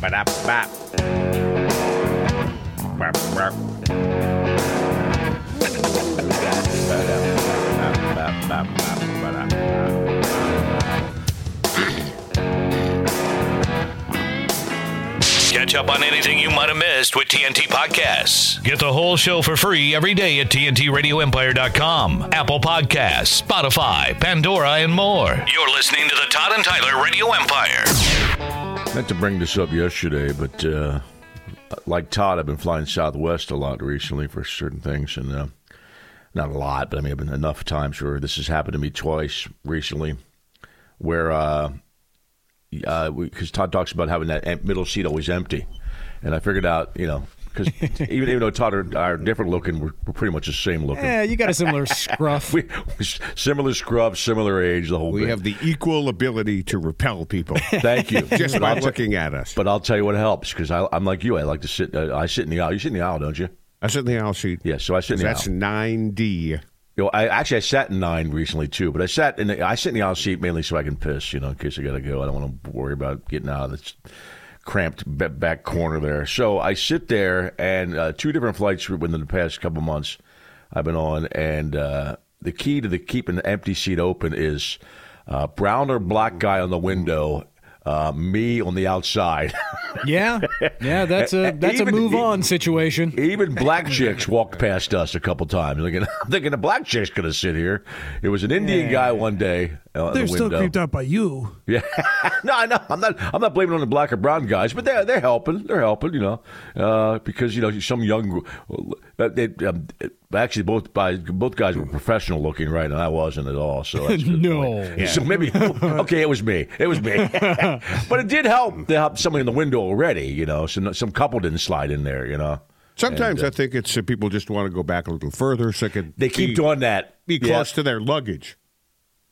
Ba-da-ba. Ba-ba. Ba-da-ba-ba-ba-ba-ba-ba. Catch up on anything you might have missed with TNT Podcasts. Get the whole show for free every day at TNTRadioEmpire.com, Apple Podcasts, Spotify, Pandora, and more. You're listening to the Todd and Tyler Radio Empire. meant to bring this up yesterday, but uh, like Todd, I've been flying Southwest a lot recently for certain things, and uh, not a lot, but I mean, I've been enough times where this has happened to me twice recently, where because uh, uh, we- 'cause Todd talks about having that em- middle seat always empty, and I figured out, you know, because even even though Todd are, are different looking, we're, we're pretty much the same looking. Eh. Yeah, you got a similar scruff. We, similar scrub, similar age, the whole We bit. have the equal ability to repel people Thank you. just But I'll by ta- looking at us. But I'll tell you what helps because I'm like you. I like to sit. Uh, I sit in the aisle. You sit in the aisle, don't you? I sit in the aisle sheet. Yeah. So I sit in the That's aisle. 9D. You know, I actually I sat in nine recently too, but I sat in the, I sit in the aisle seat mainly so I can piss. You know, in case I gotta go, I don't want to worry about getting out of this cramped ba- back corner there. So I sit there, and uh, two different flights within the past couple months I've been on, and uh, the key to the keeping the empty seat open is uh, brown or black guy on the window, uh, me on the outside. Yeah, yeah, that's a that's E-, Even- a move on situation. Even black chicks walked past us a couple times. Thinking, I'm thinking the black chick's going to sit here. It was an Indian guy one day uh, in They're the still window. creeped out by you. no, I know. I'm not. I'm not blaming on the black or brown guys, but they're they're helping. They're helping. You know, uh, because you know some young. Uh, they, um, actually, both by both guys were professional looking, right? And I wasn't at all. So that's a good No. point. So maybe okay, it was me. It was me. but it did help to help somebody in the window already. You know, some some couple didn't slide in there. You know. Sometimes I think it's uh, people just want to go back a little further so they can They keep be, doing that. be Yeah. close to their luggage.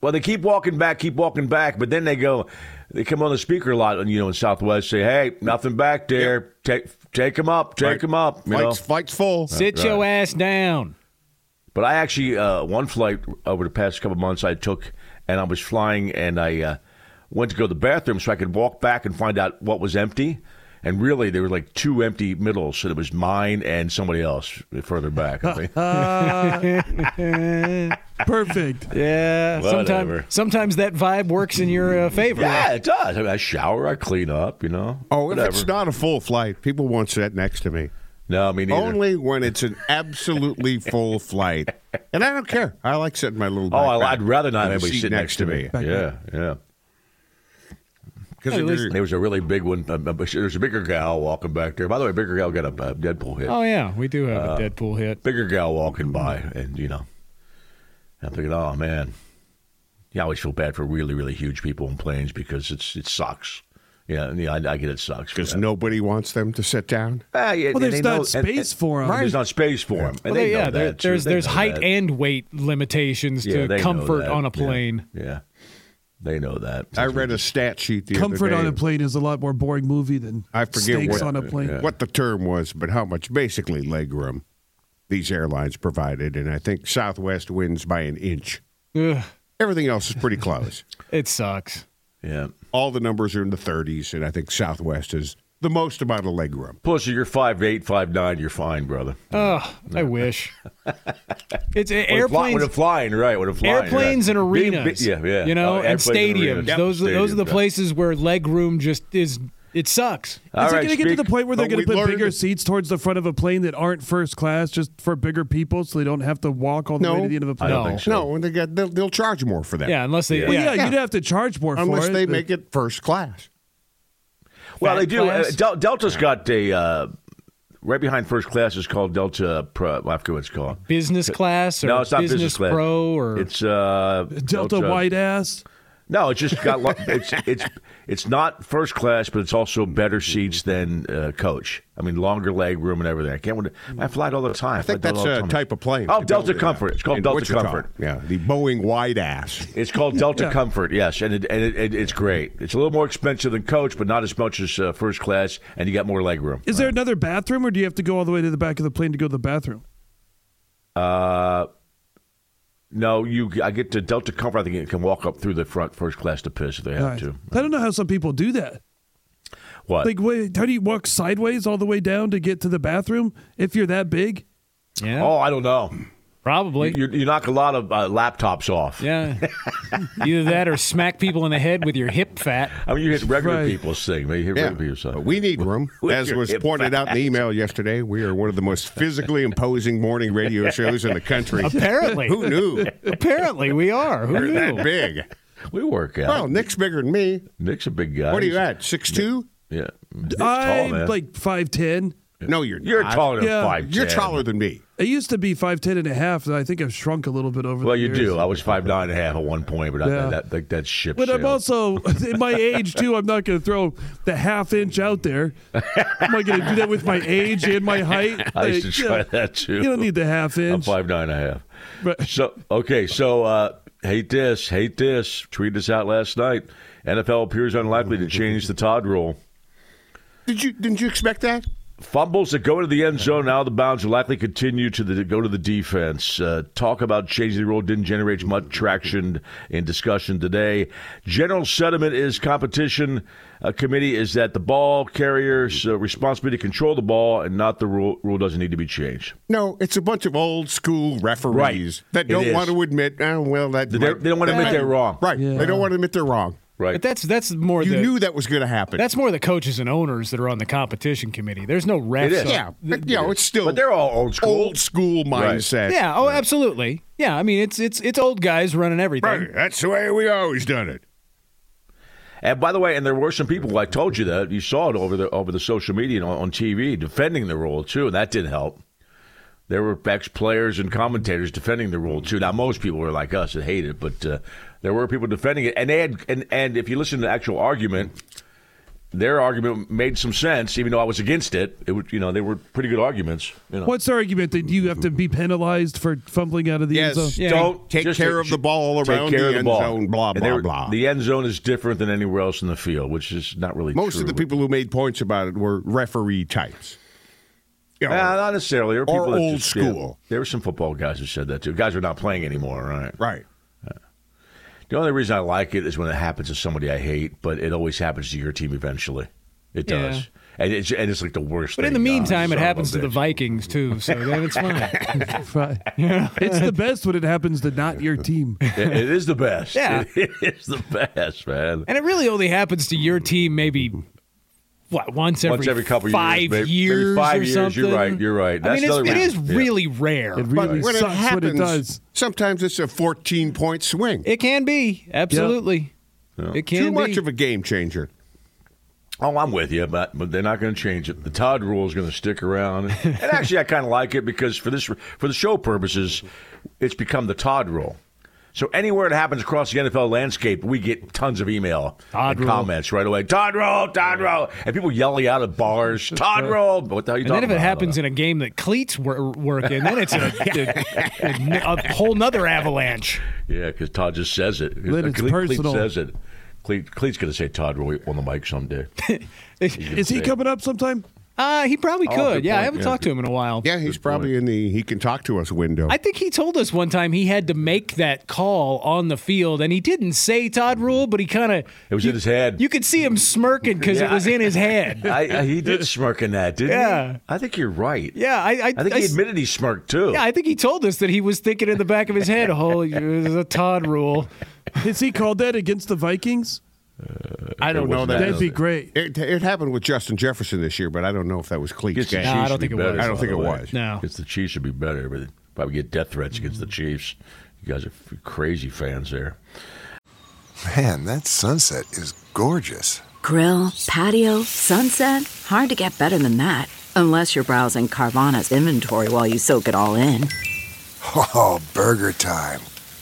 Well, they keep walking back, keep walking back, but then they go, they come on the speaker a lot, you know, in Southwest, say, hey, nothing back there. Take take them up, take Right. them up. You know? Flights, flights full. Sit your ass down. But I actually, uh, one flight over the past couple months I took, and I was flying, and I uh, went to go to the bathroom so I could walk back and find out what was empty. And really, there were like two empty middles, and it was mine and somebody else further back. I think. Perfect. Yeah, sometimes Whatever. sometimes that vibe works in your uh, favor. yeah, it does. I, mean, I shower, I clean up, you know. Oh, if whatever. it's not a full flight, people won't sit next to me. No, me neither. Only when it's an absolutely full flight. And I don't care. I like sitting my little Oh, I, backpack I'd rather not in the have anybody seat sit next, to me. Yeah, yeah. Because if There you're- was a really big one. um, um, There's a bigger gal walking back there. By the way, bigger gal got a uh, Deadpool hit. Oh yeah, we do have Uh, a Deadpool hit. Bigger gal walking by, and you know, I'm thinking, oh man, yeah. I always feel bad for really, really huge people in planes because it's it sucks. Yeah, yeah. I, I get it sucks. for 'cause them. nobody wants them to sit down. Ah, yeah, Well, and there's they not know- and- space and- for 'em. There's not space for them. Well, they yeah, know there- that, too. there's They there's know height that. and weight limitations Yeah, they to know comfort that. on a Yeah, plane. Yeah, they know that. I read a stat sheet the Comfort other day. on a plane is a lot more boring movie than I forget steaks what- on a plane. what the term was, but how much basically leg room these airlines provided, and I think Southwest wins by an inch. Ugh, Everything else is pretty close. it sucks. Yeah. all the numbers are in the 30s, and I think Southwest is the most amount of legroom. Pussy, you're five eight, five nine. You're fine, brother. Oh, I wish. It's When fly- airplanes. When I'm flying, right? When I'm flying, airplanes right. and Big- arenas. big- yeah, yeah. You know, Oh, Uh, and airplanes stadiums. arenas. Those are, those are the Stadiums, yeah. places where leg room just is. It sucks. All Is right, it going to get to speak- the point where they're but going we to put learned- bigger seats towards the front of a plane that aren't first class just for bigger people so they don't have to walk all the way No. to the end of a I plane? don't No. think so. No, and they got, they'll, they'll charge more for that. Yeah, unless they. Yeah. Yeah. Well, yeah, Yeah. you'd have to charge more Unless for it. they but- make it first class. Well, Fat they do. Uh, class? Del- Delta's got a uh, right behind first class is called Delta Pro. I forget what it's called. Business class or no, it's not business, class. pro or it's uh, Delta white ass. No, it's just got. lo- it's it's it's not first class, but it's also better Mm-hmm. seats than uh, coach. I mean, longer leg room and everything. I can't. win- I fly it all the Mm-hmm. I time. think fly it that's all the a time. type of plane. Oh, Delta Yeah. Comfort. It's called In Delta Wichita. Comfort. Yeah, the Boeing wide ass. It's called Delta Comfort, yes, and it, and it, it, it's great. It's a little more expensive than coach, but not as much as uh, first class, and you got more leg room. Is there another bathroom, or do you have to go all the way to the back of the plane to go to the bathroom? Uh, no, you. I get to Delta Comfort. I think you can walk up through the front first class to piss if they have All right. to. I don't know how some people do that. What? Like, wait, how do you walk sideways all the way down to get to the bathroom if you're that big? yeah, oh, I don't know. probably. You, you knock a lot of uh, laptops off. yeah, either that or smack people in the head with your hip fat. I mean, you hit regular Right. people's thing. man. You hit Yeah. regular people's But thing. we need room. With As your was hip pointed out in the email yesterday, we are one of the most physically imposing morning radio shows in the country. Apparently, Who knew? apparently we are. Who That knew? big. we work out. Well, Nick's bigger than me. Nick's a big guy. What are you He's- at? Six two? Yeah, Nick's I'm tall, man. like 5'10. No, you're you're not. taller than Yeah. five. You're taller than me. I used to be 5'10 and a half, and I think I've shrunk a little bit over Well, the you years. do. I was five nine and a half at one point, but I, Yeah. that, that that ship. But I'm sailed. also, at my age, too, I'm not going to throw the half inch out there. Am I going to do that with my age and my height? I used to Like, try yeah, that too. You don't need the half I'm inch. five nine and a half. Right. So okay, so uh, hate this, hate this. Tweeted us out last night. NFL appears unlikely to change the Todd rule. Did you didn't you expect that? Fumbles that go to the end zone out of the bounds will likely continue to the, go to the defense. Uh, talk about changing the rule didn't generate much traction in discussion today. General sentiment is competition uh, committee is that the ball carrier's uh, responsibility to control the ball and not the rule. Rule doesn't need to be changed. No, it's a bunch of old school referees Right. that It don't is. want to admit. Oh, well, that They don't- they don't want to admit they're wrong. Right? They don't want to admit they're wrong. Right. But that's that's more You the knew that was going to happen. that's more the coaches and owners that are on the competition committee. There's no refs. It is. on- yeah, but, you know, it's still But they're all old school. old school Right. mindset. Yeah. Oh, absolutely. Yeah. I mean, it's it's it's old guys running everything. Right. That's the way we always done it. And by the way, and there were some people. I told you that you saw it over the over the social media and on, on TV defending the rule too, and that didn't help. There were ex players and commentators defending the rule too. Now most people were like us and hate it, but uh, there were people defending it, and they had and and if you listen to the actual argument, their argument made some sense, even though I was against it. It would you know they were pretty good arguments. You know. What's the argument that you have to be penalized for fumbling out of the end zone? Yeah. Don't Oh, Take just care of the ball take around care the of end ball. zone, blah, And they blah, were- blah. The end zone is different than anywhere else in the field, which is not really Most of true. the people who made points about it were referee types. You know, Nah, not necessarily. There were people Or that old just- yeah. school. there were some football guys who said that too. Guys are not playing anymore, right? right. The only reason I like it is when it happens to somebody I hate, but it always happens to your team eventually. It Yeah. does, and it's and it's like the worst. But in the thing, uh, meantime, son it of a happens to the bitch. Vikings too, so then it's fine. Right. It's the best when it happens to not your team. It- it is the best. Yeah. it is the best, man. And it really only happens to your team maybe what once every Once every couple five years, maybe- maybe years five or years. You're something. right, you're right. That's I mean, another it's, it is reason. Yeah. really rare. It But really when sucks it happens, when it does. sometimes it's a 14 point swing. It can be absolutely. It can Too much be. of a game changer. Oh, I'm with you, but but they're not going to change it. The Todd rule is going to stick around, and actually, I kind of like it because for this for the show purposes, it's become the Todd rule. So anywhere it happens across the NFL landscape, we get tons of email Todd and rule. comments right away. Todd rule, Todd rule, and people yelling out at bars, Todd rule. What the hell are you and then talking if it about? happens in a game that cleats wor- work in, then it's a, a, a, a whole nother avalanche. yeah, because Todd just says it. Then it's Cleat- Cleat personal. says it. Cleat, Cleat's going to say Todd rule on the mic someday. Is he coming up sometime? Uh, he probably good could. Yeah, I point, haven't yeah. talked to him in a while. Yeah, he's probably in the he can talk to us window. I think he told us one time he had to make that call on the field, and he didn't say Todd Rule, but he kind of It was in his head. You could see him smirking because it Yeah. was in his head. I, I, he did smirk in that, didn't he? Yeah. I think you're right. Yeah, I, I, I think he s- admitted he smirked too. Yeah, I think he told us that he was thinking in the back of his head, "Oh, "Holy, it was a Todd Rule." Is he called that against the Vikings? I don't know wasn't that. that That'd be great. It, it happened with Justin Jefferson this year, but I don't know if that was Cleats' Against the game. Chiefs I don't would be think it better, was. I don't think it by the way. was. No. Against the Chiefs would be better, but probably get death threats against the Chiefs. You guys are f- crazy fans there. Man, that sunset is gorgeous. Grill, patio, sunset. Hard to get better than that. Unless you're browsing Carvana's inventory while you soak it all in. Oh, burger time.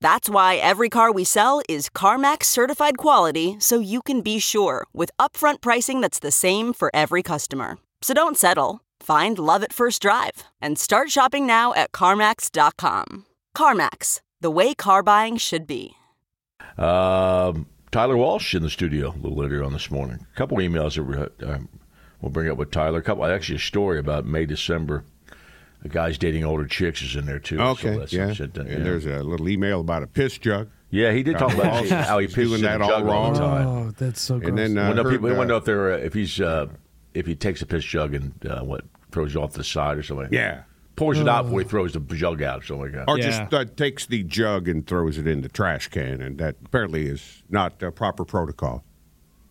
That's why every car we sell is CarMax certified quality so you can be sure with upfront pricing that's the same for every customer. So don't settle. Find love at first drive and start shopping now at CarMax.com. CarMax, the way car buying should be. Um, Tyler Walsh in the studio a little later on this morning. A couple emails that we're, um, we'll bring up with Tyler. A couple actually a story about May December. A guy's dating older chicks is in there too. so Okay, that's yeah. shit that- And there's a little email about a piss jug. yeah, he did talk Tyler about Walsh how he is pisses doing in that the all jug all the wrong. time. Oh, that's so gross. And then uh, Well, no, heard, people, we uh, want to know if they're uh, if he's uh, if he takes a piss jug and uh, what throws it off the side or something. Yeah. pours it out before he throws the jug out or something like that. Or Yeah. just uh, takes the jug and throws it in the trash can, and that apparently is not uh, proper protocol.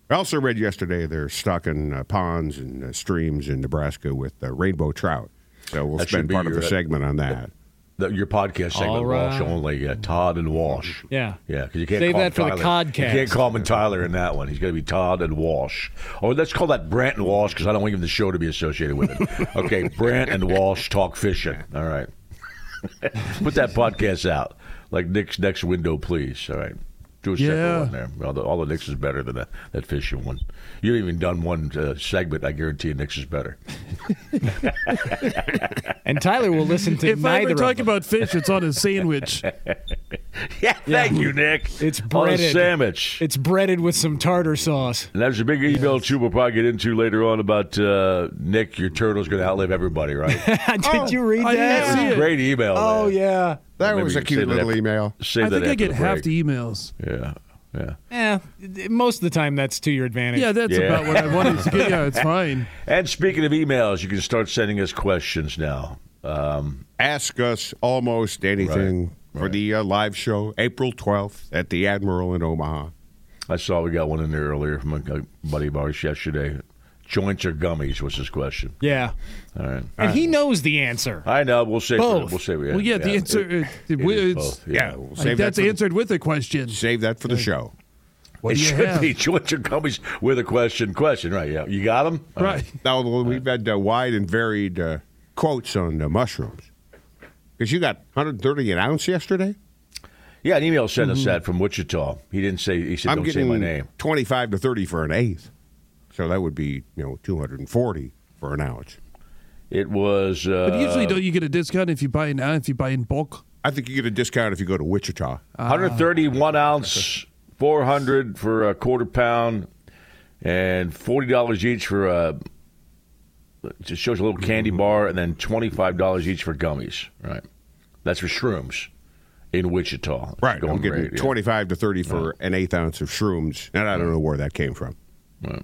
I also read yesterday they're stocking uh, ponds and uh, streams in Nebraska with uh, rainbow trout. So we'll That should spend be part of your, the uh, segment on that. The- your podcast segment, All right. Walsh only uh, Todd and Walsh. Yeah. yeah, because you can't Save call that him for the Tyler. codcast. You can't call him Tyler in that one. He's going to be Todd and Walsh, or let's call that Brant and Walsh because I don't want even the show to be associated with it. okay, Brant and Walsh talk fishing. All right, put that podcast out like Nick's next window, please. All right. Do a Yeah. separate one there. Although all the Nick's is better than that, that fishing one. You haven't even done one uh, segment. I guarantee you Nick's is better. And Tyler will listen to if I neither ever of talk them. about fish, it's on a sandwich. Yeah, thank you, Nick. It's on a breaded. sandwich. it's breaded with some tartar sauce. And there's a big email too. We'll probably get into later on about uh, Nick. Your turtle's going to outlive everybody, right? Did you read Oh, I didn't that? see it. Great email. Oh yeah. That maybe was we a can cute save that little after- email. Save I that think I after get the half break. the emails. Yeah, yeah. Yeah. Eh, Most of the time, that's to your advantage. Yeah, that's Yeah. about what I wanted to get. Yeah, it's fine. And speaking of emails, you can start sending us questions now. Um, Ask us almost anything for the uh, live show April 12th at the Admiral in Omaha. I saw we got one in there earlier from a buddy of ours yesterday. Joints or gummies was his question. Yeah. All right. And he knows the answer. I know. We'll say Both. We'll say we. Well, yeah, the answer. It, it- it it's- is both. Yeah. we'll like, save, that that's for the, answered with a question. save that for the show. What it do you should have? be joints or gummies with a question. Question. Right. Yeah. You got them. Right. Now, well, we've had uh, wide and varied uh, quotes on uh, mushrooms. Because you got 130 an ounce yesterday? Yeah, an email sent us that from Wichita. He didn't say. He said, I'm "Don't getting say my name." 25 to 30 for an eighth. So that would be, you know, 240 for an ounce. It was. Uh, But usually, don't you get a discount if you buy now? If you buy in bulk, I think you get a discount if you go to Wichita. 131 ounce, 400 for a quarter pound, and forty dollars each for a. it Just shows a little candy bar, and then twenty five dollars each for gummies. Right, that's for shrooms in Wichita. Right. I'm Going getting rate, yeah. 25 to 30 for an eighth ounce of shrooms. And I don't know where that came from.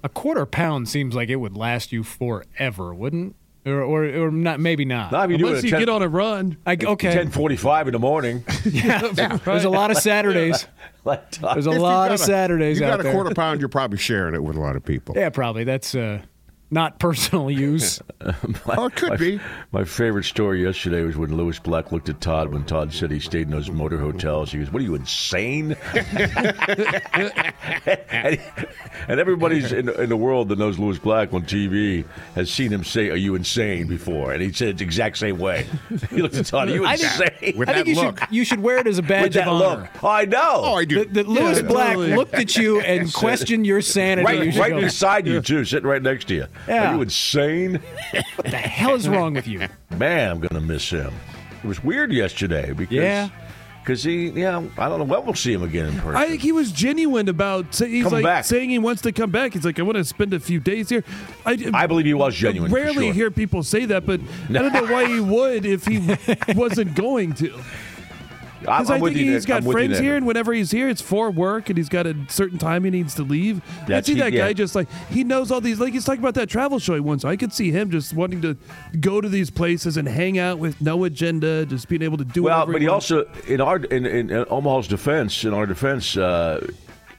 A quarter pound seems like it would last you forever, wouldn't? it? Or or, or not? Maybe not. Now, if you do unless it you at get on a run. I, okay. ten forty five in the morning, There's a lot of Saturdays. like There's a If you lot got of a- Saturdays you out got a there. quarter pound, you're probably sharing it with a lot of people. Yeah, probably. That's uh not personal use. oh, it could be. My favorite story yesterday was when Lewis Black looked at Todd when Todd said he stayed in those motor hotels. He goes, "What are you insane?" and, and everybody's in, in the world that knows Lewis Black on TV has seen him say, "Are you insane?" before, and he said it the exact same way. He looked at Todd, "Are you I insane?" think, I think you should you should wear it as a badge that of honor. look. I know. Oh, I do. That, that Lewis Yeah, Black totally. looked at you and questioned your sanity. You Right, should right go, beside you too, sitting right next to you. Yeah. Are you insane? What the hell is wrong with you? Man, I'm gonna miss him. It was weird yesterday because Yeah. cause he yeah I don't know when we'll see him again in person. I think he was genuine about say, he's Come like back. saying he wants to come back. He's like, I want to spend a few days here. I, I believe he was genuine, for Rarely sure. hear people say that, but I don't know why he would if he wasn't going to. I'm- Because I'm I with think you, he's Nick. got I'm with you friends there. here, and whenever he's here, it's for work, and he's got a certain time he needs to leave. I That's- see he- that guy yeah. just like he knows all these. Like he's talking about that travel show he wants. I could see him just wanting to go to these places and hang out with no agenda, just being able to do. Well, whatever but he wants. also in our in, in, in Omaha's defense, in our defense, uh,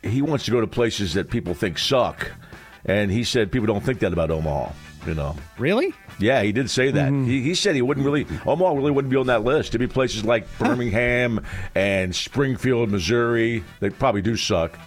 he wants to go to places that people think suck, and he said people don't think that about Omaha. You know, really? Yeah, he did say that. Mm-hmm. He, he said he wouldn't really Omaha really wouldn't be on that list. It'd be places like Birmingham and Springfield, Missouri. They probably do suck.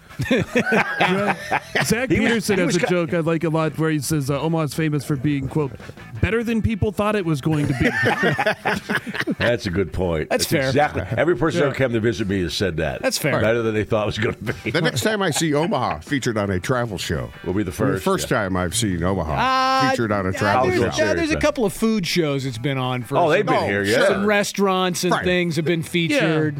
Zach He was- Peterson he has was a ki- joke I like a lot where he says uh, Omaha's famous for being quote better than people thought it was going to be. That's a good point. That's fair. Exactly. Every person Yeah. who came to visit me has said that. That's fair. Better than they thought it was going to be. The next time I see Omaha featured on a travel show, will be the The first, first time I've seen Omaha Uh, featured on a uh, travel there's, show. uh, there's a couple of food shows it's been on for. Oh, they've some- been here, yeah. Some restaurants and Right. things have been featured.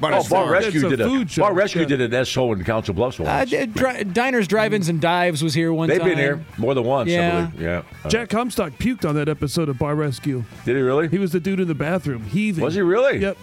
But oh, as Bar far as- Rescue It's a did a, food show, Bar Rescue yeah. did an asshole in Council Bluffs once. Uh, d- dri- diners, drive-ins, and dives was here one They've time. been here more than once. Yeah. I believe. Yeah. Uh, Jack Comstock puked on that episode of Bar Rescue. Did he really? He was the dude in the bathroom heaving. Was he really? Yep.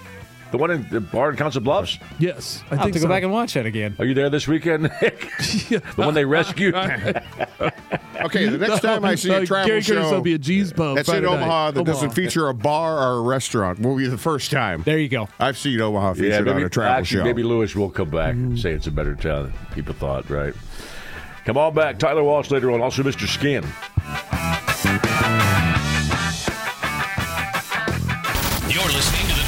The one in the bar in Council Bluffs. Yes. I I'll have think to go so. back and watch that again. Are you there this weekend, Nick? The one they rescued. Okay, the next time I see a Uh, travel Gary show Curtis will be at G's Pub. that's in Friday night. Omaha that doesn't feature a bar or a restaurant will be the first time There you go. I've seen Omaha featured yeah, on maybe, a travel actually, show. maybe Lewis will come back and say it's a better town than people thought, right? Come on back. Tyler Walsh later on. Also, Mr. Skin. You're listening to the